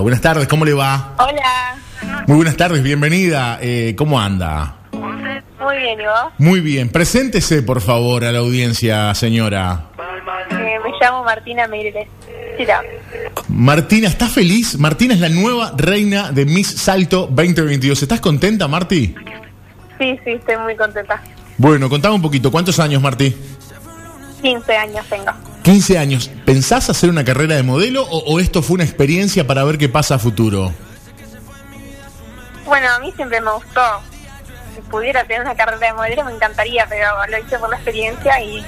Buenas tardes, ¿cómo le va? Hola, Muy buenas tardes, bienvenida. Eh, ¿Cómo anda? muy bien, ¿y vos? Muy bien, preséntese por favor a la audiencia, señora. Eh, me llamo Martina Meireles. Mira, Martina, ¿estás feliz? Martina es la nueva reina de Miss Salto 2022. ¿Estás contenta, Marti? sí, sí, estoy muy contenta. Bueno, contame un poquito, ¿cuántos años, Marti? 15 años tengo. 15 años. ¿Pensás hacer una carrera de modelo o, o esto fue una experiencia para ver qué pasa a futuro? Bueno, a mí siempre me gustó. Si pudiera tener una carrera de modelo me encantaría, pero lo hice por la experiencia y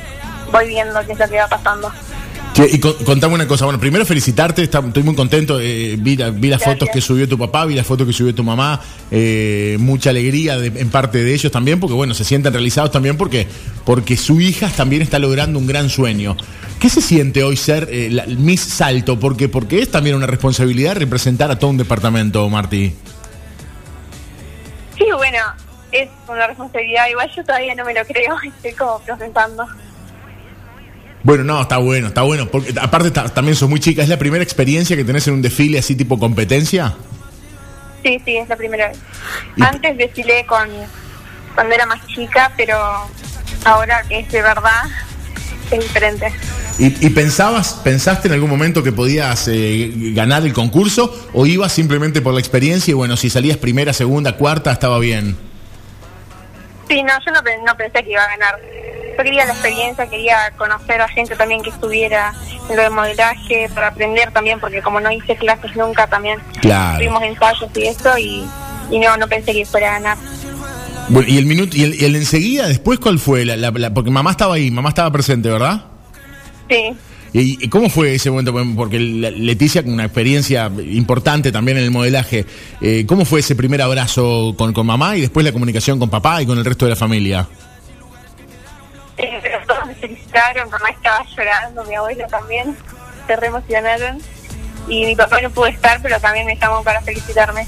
voy viendo qué es lo que va pasando. Che, y con- contame una cosa. Bueno, primero felicitarte. está- estoy muy contento. eh, vi, la- vi las Gracias. fotos que subió tu papá, vi las fotos que subió tu mamá. eh, mucha alegría de- en parte de ellos también, porque bueno, se sienten realizados también porque, porque su hija también está logrando un gran sueño. ¿Qué se siente hoy ser eh, la- Miss Salto? Porque, porque es también una responsabilidad representar a todo un departamento, Martí. Sí, bueno, es una responsabilidad. Igual yo todavía no me lo creo, estoy como procesando. Bueno, no, está bueno, está bueno. Porque aparte ta- también sos muy chica. ¿Es la primera experiencia que tenés en un desfile así tipo competencia? Sí, sí, es la primera vez. Y- Antes desfilé con cuando era más chica, pero ahora que es de verdad es diferente. ¿Y, y pensabas, pensaste en algún momento que podías eh, ganar el concurso o ibas simplemente por la experiencia y bueno, si salías primera, segunda, cuarta, estaba bien? Sí, no, yo no, pe- no pensé que iba a ganar. Yo quería la experiencia, quería conocer a gente también que estuviera en lo de modelaje, para aprender también, porque como no hice clases nunca también, Claro. tuvimos ensayos y eso, y, y no, no pensé que fuera a ganar. Bueno, y el minuto, y el, y el enseguida, después, ¿cuál fue? La- la- la- porque mamá estaba ahí, mamá estaba presente, ¿verdad? Sí, ¿Y y cómo fue ese momento? Porque la- Leticia, con una experiencia importante también en el modelaje, eh, ¿cómo fue ese primer abrazo con, con mamá y después la comunicación con papá y con el resto de la familia? eh, pero todos me felicitaron, mamá estaba llorando, mi abuelo también, se re emocionaron, y mi papá no pudo estar, pero también me llamó para felicitarme.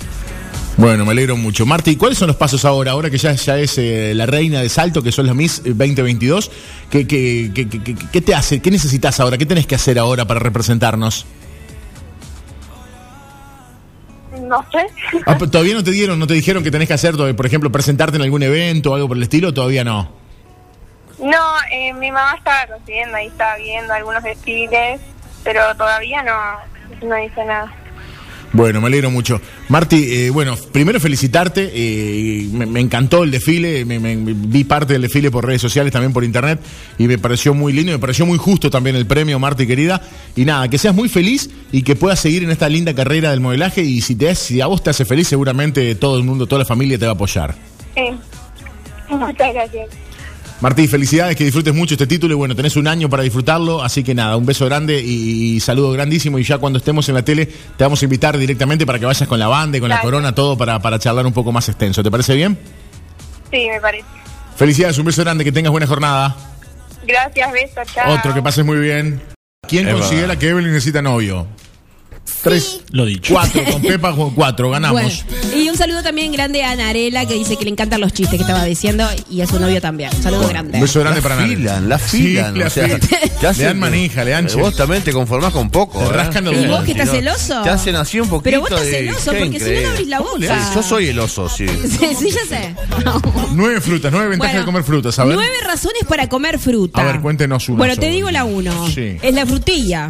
Bueno, me alegro mucho. Marti, ¿cuáles son los pasos ahora? Ahora que ya, ya es eh, la reina de salto, que son las Miss 2022, ¿qué, qué, qué- qué- qué- qué te hace? ¿Qué necesitas ahora? ¿Qué tenés que hacer ahora para representarnos? No sé, Ah, pero ¿Todavía no te dieron, no te dijeron que tenés que hacer, por ejemplo, presentarte en algún evento o algo por el estilo? Todavía no. No, eh, mi mamá estaba consiguiendo, ahí estaba viendo algunos desfiles, pero todavía no, no hizo nada. Bueno, me alegro mucho. Marti, eh, bueno, primero felicitarte. eh, me, me encantó el desfile. me- me- me- vi parte del desfile por redes sociales, también por internet. Y me pareció muy lindo. y Me pareció muy justo también el premio, Marti, querida. Y nada, que seas muy feliz y que puedas seguir en esta linda carrera del modelaje. Y si, te, hace- si a vos te hace feliz, seguramente todo el mundo, toda la familia te va a apoyar. Sí. Muchas gracias. Martí, felicidades, que disfrutes mucho este título y bueno, tenés un año para disfrutarlo, así que nada, un beso grande y, y saludo grandísimo y ya cuando estemos en la tele te vamos a invitar directamente para que vayas con la banda y con la Gracias. corona, todo para, para charlar un poco más extenso. ¿Te parece bien? Sí, me parece. Felicidades, un beso grande, que tengas buena jornada. Gracias, besos, chao. Otro, que pases muy bien. ¿Quién Es considera que Evelyn necesita novio? Tres, Lo dicho. cuatro, con Pepa ju- cuatro, ganamos. Bueno, y un saludo también grande a Anarela que dice que le encantan los chistes que estaba diciendo y a su novio también. Un saludo grande. Un beso grande la para nadie. filan, la Sí, filan. la o sea, filan. te hacen- Le dan manija, le dan Eh, Vos también te conformás con poco. Te ¿eh? rascan los ¿Y vos Bueno, que estás celoso? Te hacen así un poquito Pero vos estás de- celoso qué porque si no, increíble. no abrís la Sí, boca. yo soy el oso, sí. Sí, sí, ya sé. Nueve frutas, nueve ventajas de Bueno, comer frutas, a ver. Nueve razones para comer fruta. A ver, cuéntenos una Bueno, te sobre. digo la uno. Sí. Es la frutilla.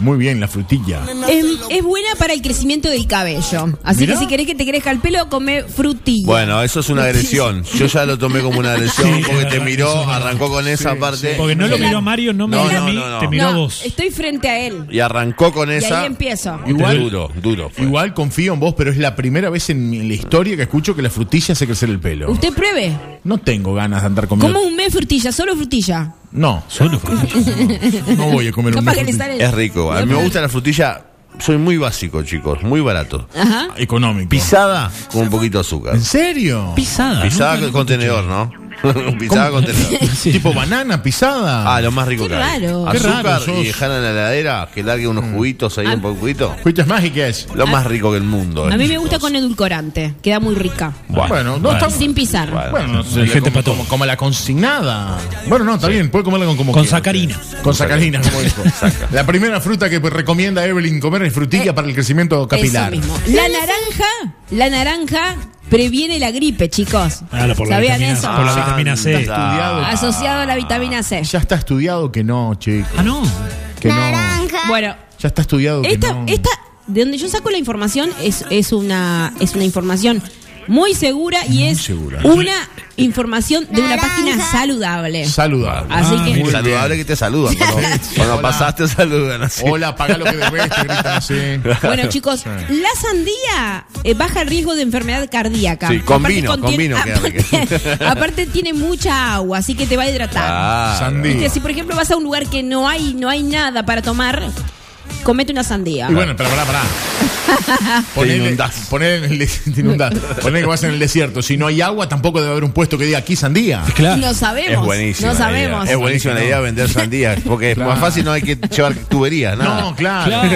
Muy bien, la frutilla. Es, es buena para el crecimiento del cabello. Así Mirá. que si querés que te crezca el pelo, come frutilla. Bueno, eso es una agresión. Yo ya lo tomé como una agresión Sí, porque es te verdad, miró, eso es verdad. arrancó con esa Sí, parte. sí. Porque no lo miró Mario, no me No, miró no, a mí, no, no. te miró a no, vos. estoy frente a él. Y arrancó con Y esa. ahí empiezo. Igual- duro, duro. fue. Igual confío en vos, pero es la primera vez en, mi- en la historia que escucho que la frutilla hace crecer el pelo. Usted pruebe. No tengo ganas de andar comiendo. Como un mes frutilla, solo frutilla. No, Solo frutillas. no voy a comer un Capaz mes que le frutilla. sale. Es rico. A mí me gusta la frutilla. Soy muy básico, chicos. Muy barato. Ajá. económico. Pisada con un poquito de azúcar. ¿En serio? Pisada. Ah, Pisada nunca- con tenedor, ¿no? Pisada con tenedor. Sí. Tipo banana, pisada. Ah, lo más rico Qué que hay. raro. Qué Azúcar raro sos. y dejar en la heladera que largue unos juguitos ahí, un poco juguito. Cuitas mágicas. Lo más rico del mundo. A eh, mí me gusta chicos. con edulcorante, queda muy rica. Bueno, no está- Sin pisar. Bueno. Bueno, no sé, Hay gente como, pató. como- como la consignada. Bueno, no, está bien, puede comerla con como Con quiera. sacarina. Con sacarina, como dijo. Exacto. La primera fruta que pues, recomienda Evelyn comer es frutilla Eh, para el crecimiento capilar. Eso mismo. La naranja, la naranja previene la gripe, chicos. Claro, por la ¿Sabían vitamina- eso? por la vitamina C. Estudiado. Asociado a la vitamina C. Ya está estudiado que no, chico. Ah, no. Que no. Naranja. Bueno, Ya está estudiado que esta, no. esta, de donde yo saco la información es, es una es una información muy segura y es segura. una información de una página Naranja. saludable. Saludable. Así Ah, que muy Saludable bien. que te saludan. Cuando, cuando Hola. pasaste, saludan así. Hola, paga lo que debes, te gritan así. Bueno, chicos, la sandía eh, baja el riesgo de enfermedad cardíaca. Sí, con Aparte vino, con contiene- vino queda aparte, rico. aparte tiene mucha agua, así que te va a hidratar. Ah. Claro. Sandía. Viste, Si por ejemplo vas a un lugar que no hay no hay nada para tomar, comete una sandía. Y bueno, pero pará, pará. Ponele, inundás. ponele en el des- te inundás. Ponele que vas en el desierto. Si no hay agua, tampoco debe haber un puesto que diga aquí sandía. Claro. No Es sabemos. buenísimo. no sabemos. Es buenísima la idea de vender sandías. Porque Claro. es más fácil, no hay que llevar tuberías, nada. No, claro. Claro.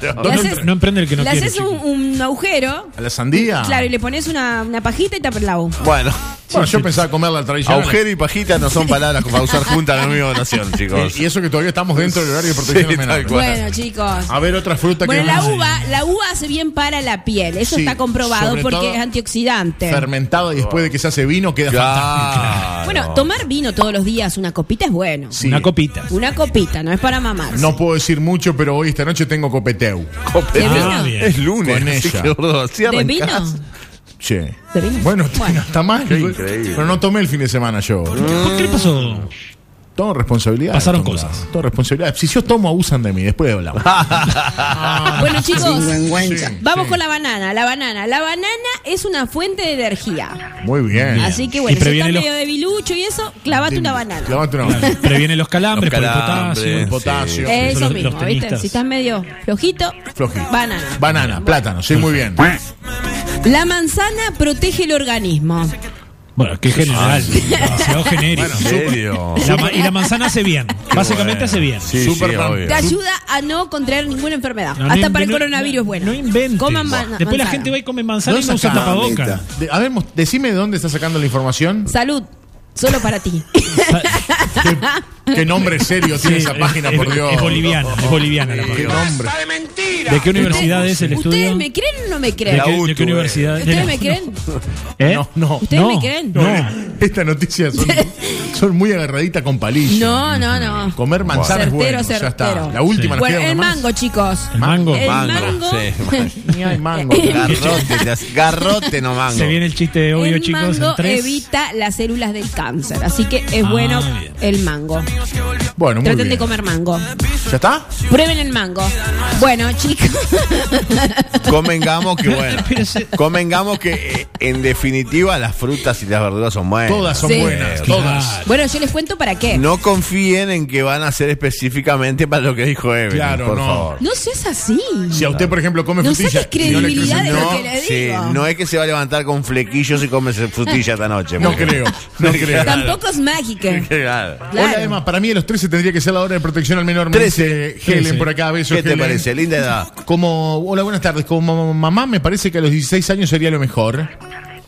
Le No, haces- no emprende el que no le quiere. haces un, chico. un agujero, ¿A la sandía? claro, y le pones una, una pajita y tapas la U. Bueno, Bueno, yo pensaba comerla tradicional. agujero y pajita no son palabras para usar juntas en la misma oración, chicos. Y, y eso que todavía estamos dentro del horario de protección Sí, al menor. tal cual. Bueno, chicos. A ver, otra fruta Bueno, que la no- uva, la uva hace bien para la piel, eso Sí, está comprobado sobre todo porque es antioxidante. fermentada y después de que se hace vino queda fantástico. Ah, Claro. Bueno, tomar vino todos los días, una copita es bueno. Sí. Una copita. Una copita, no es para mamar. No puedo decir mucho, pero hoy esta noche tengo copeteu. Copete. Ah, bien. es lunes. Con así ella. que, gordo, así ¿De vino? arrancás. Che. ¿De vino? Bueno, Bueno. está mal. Qué increíble. Pero no tomé el fin de semana yo. ¿Por qué pasó? Todo responsabilidad. Pasaron Todo- cosas. Todo responsabilidad. Si yo tomo, abusan de mí. Después hablamos. Ah. Ah. Bueno, chicos, Sí, vamos sí. con la banana, la banana. La banana es una fuente de energía. Muy bien. Así que bueno, Y si previene estás los- medio debilucho y eso, clavate una banana. Clavate una banana. Previene los calambres, Los por el calambres. potasio. Potasio. Eh, Eso Los- mismo, los ¿viste? tenistas. Si estás medio flojito, Flojito. banana. Banana, plátano. Sí, muy bien. La manzana protege el organismo. Bueno, qué general. Demasiado genérico. ¿En serio? La ma- y la manzana hace bien. Básicamente bueno. hace bien. Sí, Super sí, pan. obvio. Te ayuda a no contraer ninguna enfermedad. No, no Hasta inven- para el no- coronavirus, no- es bueno. No inventes. Coman man- Después la manzana. gente va y come manzana y no saca- usa tapabocas. De- a ver, mos- decime de dónde está sacando la información. Salud, solo para ti. ¿Qué, qué nombre serio tiene Sí, esa es- página, es, por Dios? Es boliviana, es boliviana la ¿Qué página. nombre? ¿De qué universidad es el ¿Ustedes estudio? me creen o no me ¿De creen? La qué, UTU, de qué eh. universidad? es? ¿Ustedes me creen? ¿Eh? No, no. ¿Ustedes No, me creen? no. Estas noticias son, son muy agarraditas con palillo. No, no, no. Comer manzana es bueno. certero, Ya certero. está. La última. nos Bueno, queda el una más. mango, chicos. El mango. El Mango, mango. sí, Ni hay mango. Garrote, te hace- garrote no mango. Se viene el chiste de obvio, el chicos. mango en tres. evita las células del cáncer, así que es Ah, bueno bien. el mango. Bueno, muy Traten de bien. comer mango. ¿Ya está? Prueben el mango. Bueno, chicos. Convengamos que bueno. Pero se- Convengamos que eh, en definitiva las frutas y las verduras son buenas. Todas son Sí. buenas. Claro. Todas. bueno, yo les cuento para qué. No confíen en que van a ser específicamente para lo que dijo Evelyn, Claro, por no. favor. No seas así. Si a usted, por ejemplo, come No frutilla. saques y no le crece- credibilidad de lo No, que le digo. no es que se va a levantar con flequillos y come frutilla esta noche. No porque- creo, no creo. Tampoco es mágica. Claro. Claro. Hola, Emma. Para mí, a los 13 tendría que ser la hora de protección al menor. Me 13. dice Helen por acá. Besos, ¿Qué te Helen. parece? Linda edad. Como, hola, buenas tardes. Como mamá, me parece que a los 16 años sería lo mejor.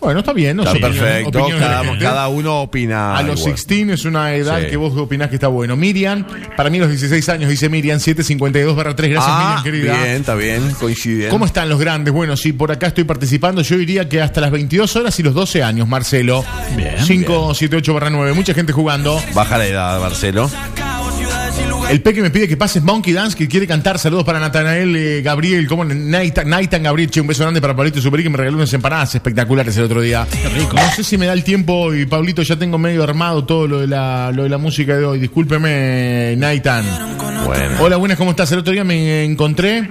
Bueno, está bien, no Está sé. perfecto. Opiniones de la Cada, gente. cada uno opina. A los igual. 16 es una edad Sí. que vos opinás que está bueno. Miriam, para mí a los 16 años, dice Miriam, 752 barra 3. Gracias, Ah, Miriam, querida. Bien, está bien. Coinciden. ¿Cómo están los grandes? Bueno, sí, por acá estoy participando. Yo diría que hasta las 22 horas y los 12 años, Marcelo. Bien. 578 barra 9. Mucha gente jugando. Baja la edad, Marcelo. El Peque me pide que pases Monkey Dance, que quiere cantar. Saludos para Natanael eh, Gabriel, como Naitan, Naitan Gabriel. Che, un beso grande para Pablito Superi, que me regaló unas empanadas espectaculares el otro día. No sé si me da el tiempo y Pablito, ya tengo medio armado todo lo de la, lo de la música de hoy. Discúlpeme, Naitan. Bueno. Hola, buenas, ¿cómo estás? El otro día me encontré.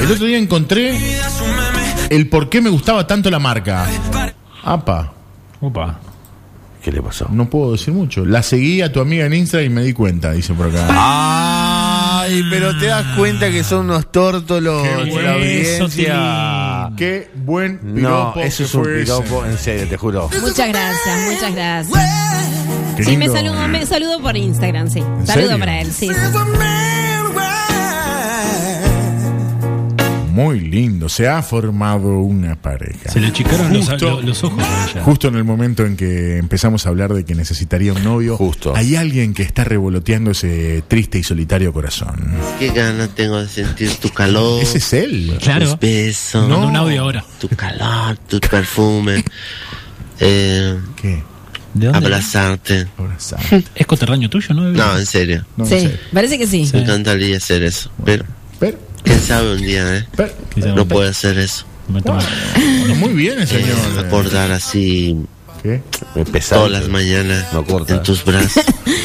El otro día encontré el por qué me gustaba tanto la marca. Apa. Opa. ¿Qué le pasó? No puedo decir mucho. La seguí a tu amiga en Insta y me di cuenta, dice por acá. Ah, Ay, pero te das cuenta que son unos tórtolos Qué de bueno. la audiencia. Qué buen No, piropo. eso que es un fue ese. piropo, en serio, te juro. Muchas gracias, muchas gracias. Qué Sí, me lindo. saludo, me saludo por Instagram, sí. Saludo serio? para él, sí. sí. Muy lindo. Se ha formado una pareja. Se le achicaron los, Justo. lo- los ojos a ella. Justo en el momento en que empezamos a hablar de que necesitaría un novio, Justo. hay alguien que está revoloteando ese triste y solitario corazón. Qué ganas tengo de sentir tu Oh. calor, Ese es él. Claro. tus besos, Manda un audio ahora. tu calor, tu perfume, eh, ¿Qué? ¿De dónde? abrazarte. Abrazar. ¿Es coterraño tuyo, no? No, en serio, No sé. parece que sí. Eh. Sí. me encantaría hacer eso, pero Pero, quién sabe un día, ¿eh? pero, Quizá No un- puedo hacer eso. me toma- bueno, muy bien, el Eh, señor. acordar así ¿Qué? Me pesado. todas las mañanas No corta. en tus brazos.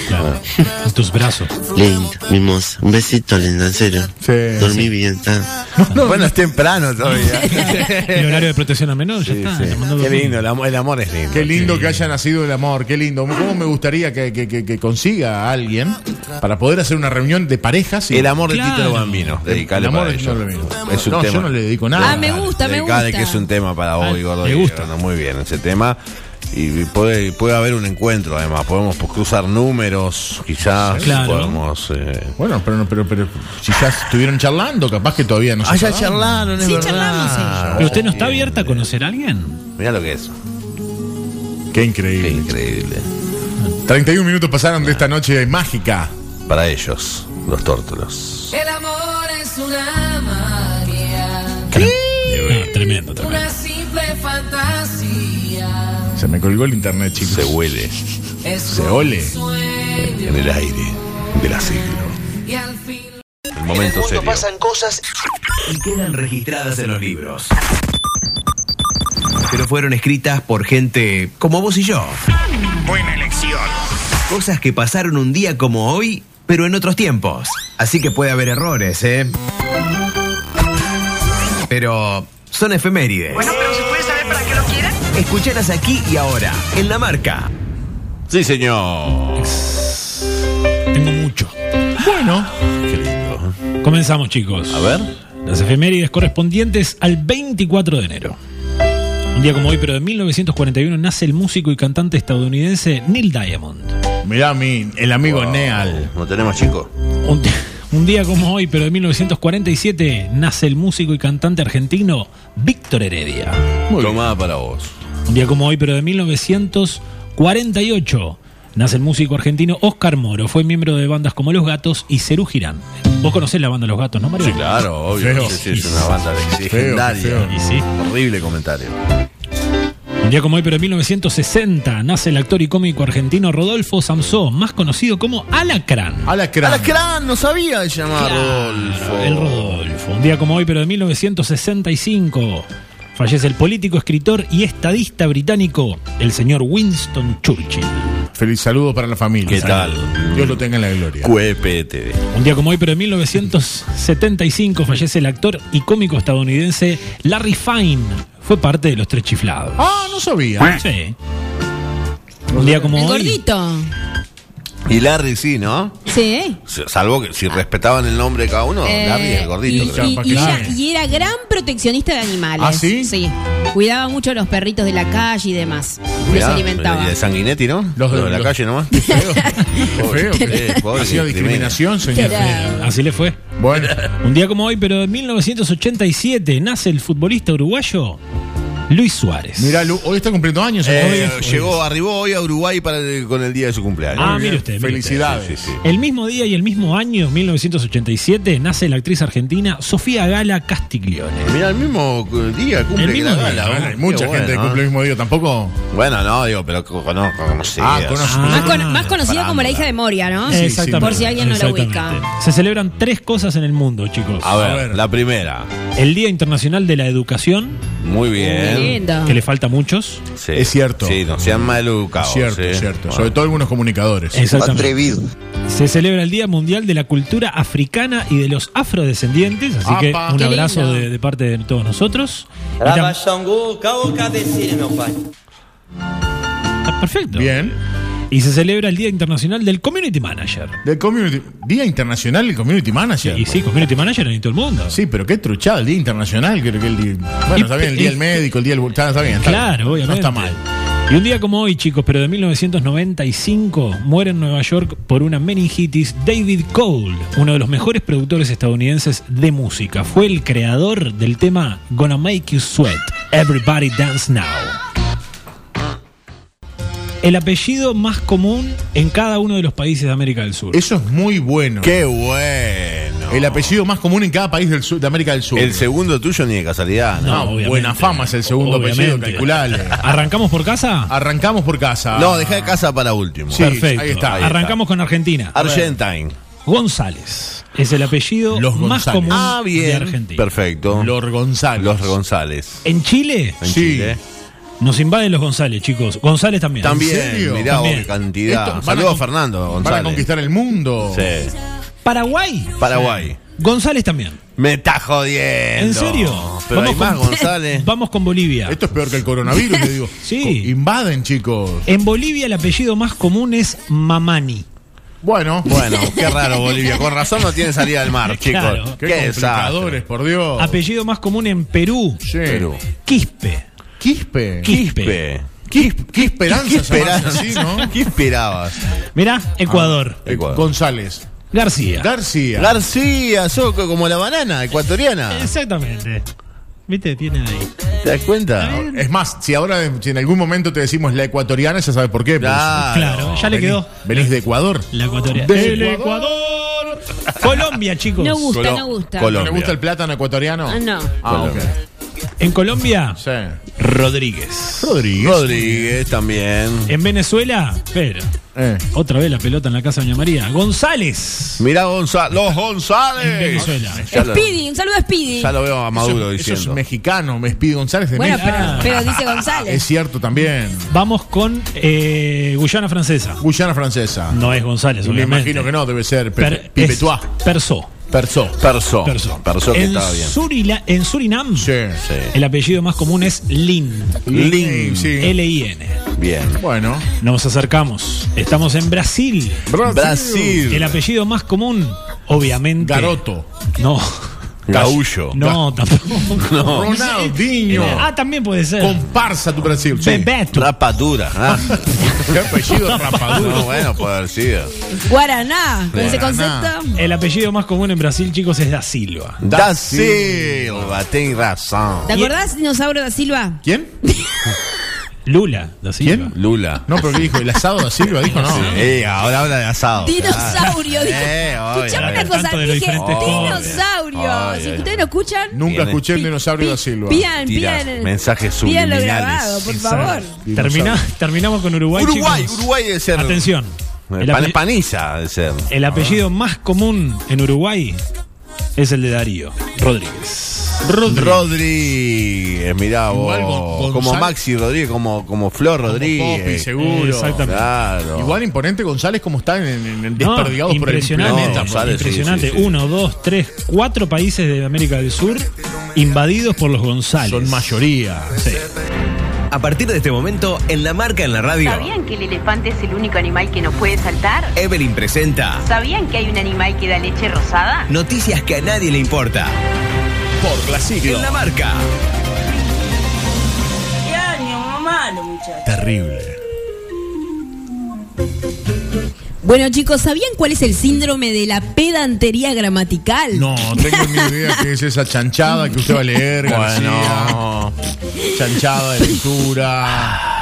Claro. En tus brazos. Linda, mimosa. Un besito, linda, en serio. Sí, Dormí bien, está. Bueno, es temprano todavía. El horario de protección al menor, ya Sí, está. sí. le mandó Qué dos mil. lindo, el amor, el amor es lindo. Qué lindo que haya nacido el amor, qué lindo. ¿Cómo me gustaría que, que- que- que consiga a alguien para poder hacer una reunión de parejas? y- El amor de Claro. Tito el Bambino. El Dedicale amor para es- ello. no lo mismo. Es un No, yo tema. no le dedico nada. Ah, me gusta, me Dedicale, gusta. que es un tema para hoy, Ah, gordo. me y gusta. Gordo, muy bien ese tema. Y y puede, puede haber un encuentro, además. Podemos usar números, quizás. Claro. Podemos. eh, Bueno, pero, no- pero, pero si ya estuvieron charlando, capaz que todavía no se Ah, ya acabaron. charlaron, es Sí, verdad. charlamos, sí. Pero usted no está abierta a conocer a alguien. Mirá lo que es. Qué Qué increíble. increíble. 31 minutos pasaron de esta noche mágica. Para ellos, los tórtolos. El amor es una magia, No, Ah, tremendo, tremendo. una simple fantasía. Se me colgó el internet, chicos. Se huele Es Se ole. sueño en el aire de la siglo. y al fin. El momento serio. cosas y quedan registradas en los libros. Pero fueron escritas por gente como vos y yo. Buena elección. Cosas que pasaron un día como hoy, pero en otros tiempos. Así que puede haber errores, ¿eh? Pero son efemérides. Bueno, pero se puede saber para qué lo quieren. Escuchalas aquí y ahora, en la marca. Sí, señor. Tengo mucho. Bueno, Qué lindo. Comenzamos, chicos. A ver. Las efemérides correspondientes al 24 de enero. Un día como hoy, pero de 1941, nace el músico y cantante estadounidense Neil Diamond. mirá a mí, el amigo Neal. No tenemos chico. Un, di- un día como hoy, pero de 1947, nace el músico y cantante argentino Víctor Heredia. Tomada para vos. Un día como hoy, pero de 1948, nace el músico argentino Oscar Moro. Fue miembro de bandas como Los Gatos y Cerú Girán. Vos conocés la banda Los Gatos, ¿no, Mario? Sí, claro, obvio. Feo. Sí, sí, es una banda de- Feo, legendaria. feo. Y sí. Horrible comentario. Un día como hoy, pero en 1960, nace el actor y cómico argentino Rodolfo Samsó, más conocido como Alacrán. Ah. Alacrán. no sabía llamar Rodolfo. El Rodolfo. Un día como hoy, pero de 1965, fallece el político, escritor y estadista británico, el señor Winston Churchill. Feliz saludo para la familia. ¿Qué tal? Dios lo tenga en la gloria. Cuepete. Un día como hoy, pero en 1975, fallece el actor y cómico estadounidense Larry Fine. Fue parte de los tres chiflados. Ah, no sabía. Sí. Un día como El hoy. gordito. Y Larry sí, ¿no? Sí. S- Salvo que si respetaban el nombre de cada uno, Larry Eh, el gordito. y, creo. y- Capaz y que era, sí. y era gran proteccionista de animales. ¿Ah, sí? Sí. Cuidaba mucho a los perritos de la calle y demás. Mirá, los alimentaba. Y de Sanguinetti, ¿no? Los Los de- de, la los- calle nomás. Feo. Qué feo. Sí, pobre, Ha sido que discriminación, señor. Era- Así le fue. Bueno, Un día como hoy, pero en 1987, nace el futbolista uruguayo Luis Suárez. mirá, Lu, hoy está cumpliendo años. Eh, Hoy es- llegó, arribó hoy a Uruguay para el- con el día de su cumpleaños. Ah, mire usted. mire usted. Felicidades. Sí, sí, sí. El mismo día y el mismo año, 1987, nace la actriz argentina Sofía Gala Castiglione. Mira, el mismo eh, día cumple El que mismo la día, gala, Ah, Bueno, ¿no? hay mucha Qué gente que bueno, cumple el mismo día. Tampoco. ¿no? Bueno, no, digo, pero co- conozco como se Ah, diga. conozco. Ah, más, cono- más conocida como farándula. la hija de Moria, ¿no? Sí, Por si alguien no la ubica. Exactamente. Se celebran tres cosas en el mundo, chicos. A ver, A ver. la primera. El Día Internacional de la Educación, Muy bien. Qué lindo. que le falta a muchos. Sí. Es cierto. Sí, no sean mal educados. Cierto, ¿eh? cierto. Bueno. Sobre todo algunos comunicadores. Exactamente. Se celebra el Día Mundial de la Cultura Africana y de los Afrodescendientes, así que ¡Apa! un Qué abrazo lindo. de, de parte de todos nosotros. Y tam- Está Ah, perfecto. Bien. Y Y se celebra el Día Internacional del Community Manager. Del community, Día Internacional del Community Manager. Y sí, Community Manager en todo el mundo. Sí, pero qué truchada el Día Internacional. Creo que el día- Y- bueno, está bien, el Día del Médico, el Día del... Está, está bien, está Claro, bien. obviamente. No está mal. Y un día como hoy, chicos, pero de 1995, muere en Nueva York por una meningitis David Cole, uno de los mejores productores estadounidenses de música. Fue el creador del tema Gonna Make You Sweat, Everybody Dance Now. El apellido más común en cada uno de los países de América del Sur. Eso es muy bueno. Qué bueno. El apellido más común en cada país del sur, de América del Sur. El segundo tuyo ni de casualidad, ¿no? No, obviamente. buena fama es el segundo apellido, Obviamente. calculale. ¿Arrancamos por casa? Arrancamos por casa. No, dejá de casa para último. Ah. Sí. Perfecto. ahí está, ahí está. Arrancamos con Argentina. Argentine. González es el apellido Los más González. común Ah, de bien. Argentina. Perfecto. Los González. Los González. En Chile En Sí. Chile. nos invaden los González, chicos. González también. También, serio? mirá vos También. qué cantidad. Esto- van Saludos a con- Fernando Van a González. conquistar el mundo. Sí. Paraguay. Paraguay. González también. Me está jodiendo. ¿En serio? Eh, Pero hay más, con, González. Vamos con Bolivia. Esto es peor que el coronavirus, te digo. Sí. Co- Invaden, chicos. En Bolivia el apellido más común es Mamani. Bueno, Bueno, qué raro Bolivia. Con razón no tiene salida al mar, chicos. Claro. Qué, Qué complicadores, desastre. por Dios. Apellido más común en Perú, Sí. Perú. Quispe. Quispe. Quispe. Qué, qué esperanza ¿Qué llamarse esperabas? así, ¿no? ¿Qué esperabas? Mirá, Ecuador. Eh, González. Ah. García. García. García, Soco, como la banana ecuatoriana. Exactamente. ¿Viste? Tiene ahí. ¿Te das cuenta? es más, si ahora si en algún momento te decimos la ecuatoriana, ya sabes por qué. pues. Claro. Claro, ya le Venís- quedó. Venís de Ecuador. La ecuatoriana. Del ¡El Ecuador! Colombia, chicos. No gusta, Colo- no gusta. Colo- ¿No le gusta el plátano ecuatoriano? Ah, no. Ah, ok. En Colombia, Sí. Rodríguez. Rodríguez. Rodríguez también. En Venezuela, pero Eh. otra vez la pelota en la casa de Doña María. González. Mirá González. Los En González. Venezuela. Ya lo, Speedy, un saludo a Speedy. ya lo veo a Maduro eso, eso es diciendo. mexicano, me Speedy González de Bueno, México. pero, Ah. pero dice Es González. cierto también. Vamos con eh, Guyana Francesa. Guyana francesa. No es González, Me obviamente. imagino que no, debe ser Pe- Per- es Pipetuá. Perso. Perso. Perso. Perso. Perso que en, estaba bien. Surila- en Surinam, Sí. Sí. el apellido más común es Lin. Eh, Lin. Sí. L-I-N. Bien. Bueno. Nos acercamos. Estamos en Brasil. Brasil. El apellido más común, obviamente. Garoto. No. Gaullo. No, tampoco. Ronaldinho. Ah, también puede ser. Comparsa tu Brasil. sí. Bebeto. Rapadura. ah. Qué apellido No, rapadura. bueno, puede haber sido. Guaraná, con ese Guaraná. concepto. El apellido más común en Brasil, chicos, es Da Silva. Da Silva, ten razón. ¿Te acordás, dinosaurio da Silva? ¿Quién? Lula, Da Silva. ¿Quién? Lula. No, pero ¿qué dijo? ¿El asado da Silva? Dijo no. Eh, ahora habla de asado. Dinosaurio, Ah. dijo. Eh, obvio. Escuchame una Tanto cosa, de los dije diferentes colores. dinosaurio. Ay, Si ay, ustedes no escuchan, Nunca Tiene- escuché el dinosaurio da Silva. pidan, Tirás pidan. mensajes Pídanlo subliminales. grabado, por favor. Termina- terminamos con Uruguay. Uruguay, chicos. Uruguay debe ser. Atención. Eh, El, pan- ape- paniza debe ser. el apellido más común en Uruguay es el de Darío Rodríguez. Rodríguez. mirá vos. Igual Gon- como González- Maxi Rodríguez, como, como Flor Rodríguez. Popi, seguro. Exactamente. Claro. Igual imponente González como está en, en- en No, desperdigados por el impresionante, planeta. No, González, sí, impresionante. sí, sí. Uno, dos, tres, cuatro países de América del Sur invadidos por los González. Son mayoría. A partir de este momento, en La Marca en la Radio, ¿Sabían que el elefante es el único animal que no puede saltar? Evelyn presenta ¿Sabían que hay un animal que da leche rosada? Noticias que a nadie le importa. Por la En La Marca. Terrible. Bueno, chicos, ¿sabían cuál es el síndrome de la pedantería gramatical? No, tengo ni idea qué es esa chanchada que usted va a leer, García. Chanchada de lectura.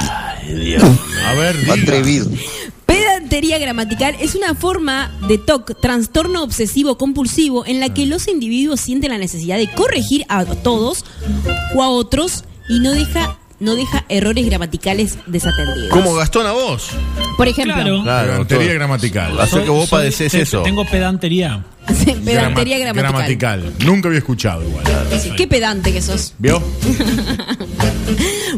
A ver, diga. Pedantería gramatical es una forma de TOC, trastorno obsesivo compulsivo, en la que los individuos sienten la necesidad de corregir a todos o a otros y no deja, no deja errores gramaticales desatendidos. Como Gastón a vos. Por ejemplo, Claro. Pedantería todo. gramatical. Hacer que vos Soy- soy- padeces te- eso. Tengo pedantería. pedantería Grama- gramatical. gramatical. Nunca había escuchado igual. Qué pedante que sos. ¿Vio?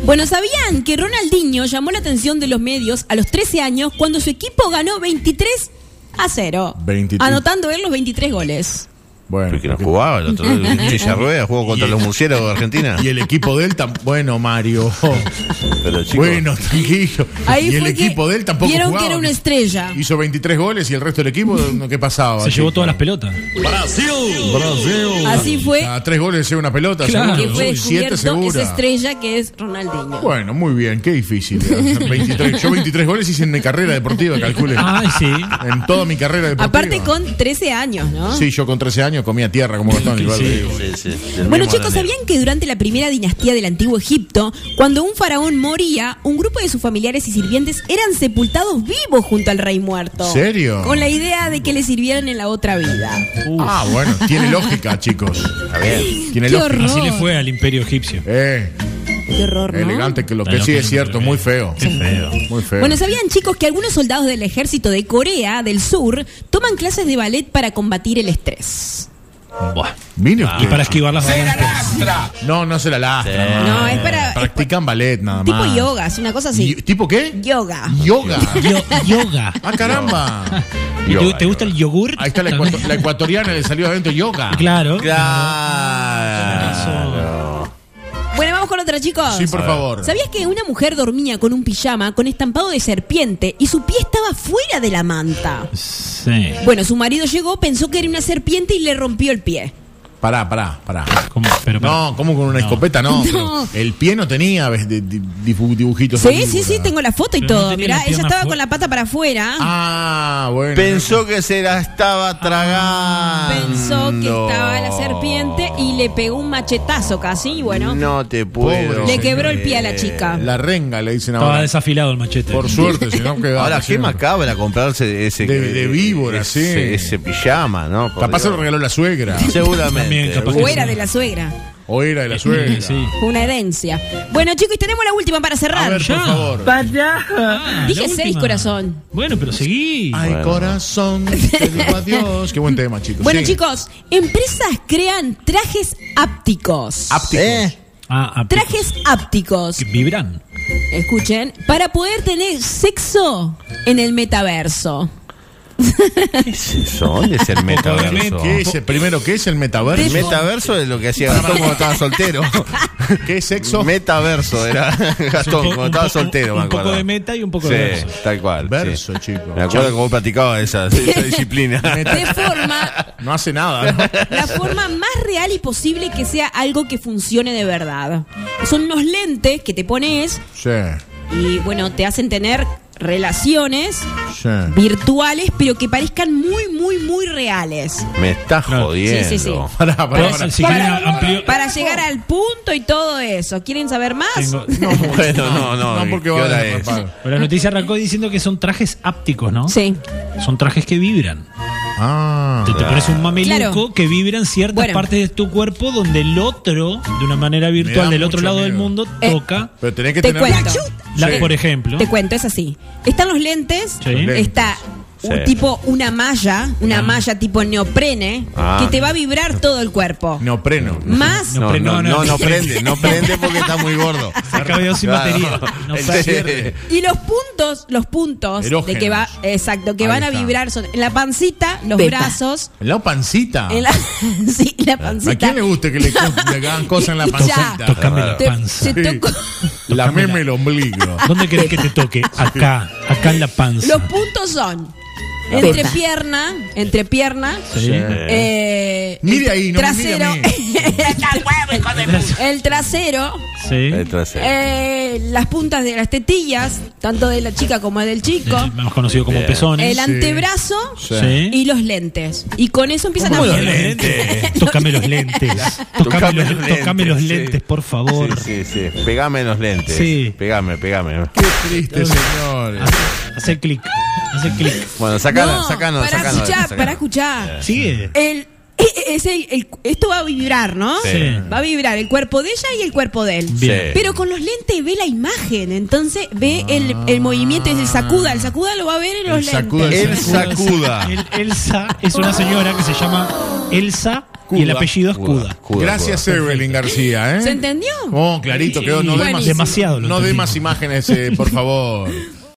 Bueno, ¿sabían que Ronaldinho llamó la atención de los medios a los 13 años cuando su equipo ganó 23 a 0? 23. Anotando él los 23 goles. Bueno. Porque no jugaba el otro día. un Silla de ruedas, jugó contra Y- los murciélagos de Argentina. Y el equipo Delta, bueno, Mario. Pero, chicos, bueno, tranquilo. Ahí y el fue que equipo de él tampoco vieron jugaba. que era una estrella. Hizo 23 goles y el resto del equipo, ¿qué pasaba? Se llevó chico? todas las pelotas. Brasil. Así fue A tres goles es una pelota, Claro. seguro. que fue Uy, siete descubierto segura. esa estrella que es Ronaldinho. Bueno, muy bien, qué difícil. 23. Yo 23 goles hice en mi carrera deportiva, calcule. Ay, Ah, sí. En toda mi carrera deportiva. Aparte con 13 años, ¿no? Sí, yo con 13 años comía tierra como Gastón. igual sí. te digo. Sí, sí. Bueno chicos, ¿sabían que durante la primera dinastía del antiguo Egipto, cuando un faraón moría, un grupo de sus familiares y sirvientes eran sepultados vivos junto al rey muerto? ¿Serio? Con la idea de que le sirvieran en la otra vida. Ah, bueno, tiene lógica, chicos. A ver, tiene Qué lógica. horror. Así le fue al imperio egipcio. Eh, Qué horror, ¿no? elegante que lo que Pero sí que- es cierto, muy feo. Qué feo. Muy feo. Bueno, ¿sabían chicos que algunos soldados del ejército de Corea del Sur toman clases de ballet para combatir el estrés? Buah. Mire Ah. Y usted. para esquivar las balas. No, no se la lastra. No, es para- es Practican ballet nada Tipo más. yoga, es una cosa así. Y- ¿Tipo qué? Yoga. Yoga. Yo- yoga. Ah, caramba. ¿Y Yoga, ¿Te, te gusta el yogur? Ahí está la, ecuato- la ecuatoriana, le salió adentro yoga. Claro. Claro. Bueno, vamos con otra, chicos. Sí, por favor. ¿Sabías que una mujer dormía con un pijama con estampado de serpiente y su pie estaba fuera de la manta? Sí. Bueno, su marido llegó, pensó que era una serpiente y le rompió el pie. Pará, pará, pará. ¿Cómo? Pero, No, como con una escopeta, no. No. pero El pie no tenía ves, de- de- dibu- dibujitos. Sí, arriba. sí, sí, tengo la foto y Pero no todo. tenía Mirá, las ella piernas estaba fu- con la pata para afuera. Ah, bueno. Pensó que se la estaba tragando. Pensó Ah, que estaba la serpiente y le pegó un machetazo casi, y bueno, No te Pobre puedo. le quebró el pie a la chica. La renga le dicen Estaba ahora. desafilado el machete. Por suerte, si no quedaba. Ahora, qué macabra comprarse ese. De- de víbora, ese, sí. ese pijama, ¿no? Por Capaz se lo Dios. regaló la suegra. Seguramente. También, capaz que- O era de la suegra. O era de la Sí, suegra. sí. Fue Una herencia. Bueno, chicos, y tenemos la última para A cerrar. ver, por Ya. favor. Ah, Dije la seis, última. corazón. Bueno, pero seguí. Ay, corazón, te digo adiós. Qué buen tema, chicos. Bueno, Sí. chicos, empresas crean trajes ápticos. Ápticos. ¿Eh? Ah, ah, Trajes ápticos. que Vibran. Escuchen, para poder tener sexo en el metaverso. ¿Qué es eso? ¿Dónde es el metaverso? ¿Qué es? Primero, ¿qué es el El metaverso? metaverso es lo que hacía Gastón cuando estaba soltero. ¿Qué es sexo? Metaverso era Gastón Un po- cuando un estaba poco- soltero, un me acuerdo. poco de meta y un poco sí, de verso. Tal cual. Verso, sí. chicos. Me acuerdo cómo platicaba esa, esa disciplina. De forma, No hace nada, ¿no? la forma más real y posible que sea algo que funcione de verdad. Son unos lentes que te pones Sí, y, bueno, te hacen tener relaciones sí. virtuales, pero que parezcan muy, muy, muy reales. Me está Claro. jodiendo. Sí, sí, sí. Pará, pará, Pero pará. si quieren amplió- Para llegar al punto y todo eso. ¿Quieren saber más? Tengo- Bueno, no, no. No, porque ¿qué va hora a es? Pero la noticia arrancó diciendo que son trajes ápticos, ¿no? Sí. Son trajes que vibran. Ah, Te, te pones un mameluco Claro. que vibran ciertas Bueno. partes de tu cuerpo donde el otro, de una manera da virtual, del otro mucho lado del miedo. mundo, Eh, toca. pero tenés que Te tener. cuento. la- Sí. Por ejemplo. Te cuento, es así. Están los lentes, Sí. Lentes. está un Sí. tipo una malla, una Ah. malla tipo neoprene, Ah. que te va a vibrar todo el cuerpo. Neopreno. Más, No, pre- no, no, no. no, no prende, no prende porque está muy gordo. Se acabó sin Claro. batería. No Sí. pierde. y los puntos, los puntos de que va, Erógenos. exacto, que Ahí van a está. vibrar son en la pancita, los Beta. brazos, En la pancita. en la, sí, la Ah. ¿A pancita. quién le gusta que le, le hagan cosas en la Ya. pancita? Tocame la Te- panza. te toco- La meme el ombligo. ¿Dónde querés que te toque? Acá, acá en la panza. los puntos son Beta. entre pierna, entre pierna, Sí. eh, Mire ahí, no me mire trasero, a mí. el trasero. Sí. El trasero. Eh, las puntas de las tetillas, tanto de la chica como del chico, Del- Más conocido como Bien. pezones. el antebrazo Sí. y los lentes. Y con eso empiezan a ¿Cómo los vibrar. lentes? Tocame los lentes. Tocame los, tocame los sí. lentes, por favor. Sí, sí, sí. Pegame los lentes. Sí. Pegame, pegame. Qué triste, señores. Hace- Hace clic. Hace clic. Bueno, sacalo, No, sacalo, para sacalo, escuchar, sacalo. para escuchar. Sigue. El- es el- el- esto va a vibrar, ¿no? Sí. Va a vibrar el cuerpo de ella y el cuerpo de él. Bien. Pero con los lentes ve la imagen, entonces ve el, el movimiento, es el sacuda. El sacuda lo va a ver en los El sacuda, lentes. El sacuda. El- Elsa es una señora que se llama Elsa y el Cuda. apellido es Cuda. Cuda, Gracias, cuda. Evelyn García, ¿eh? ¿Se entendió? Oh, clarito, quedó. No dé más, Buenísimo. Demasiado lo no dé entendimos. más imágenes, eh, por favor.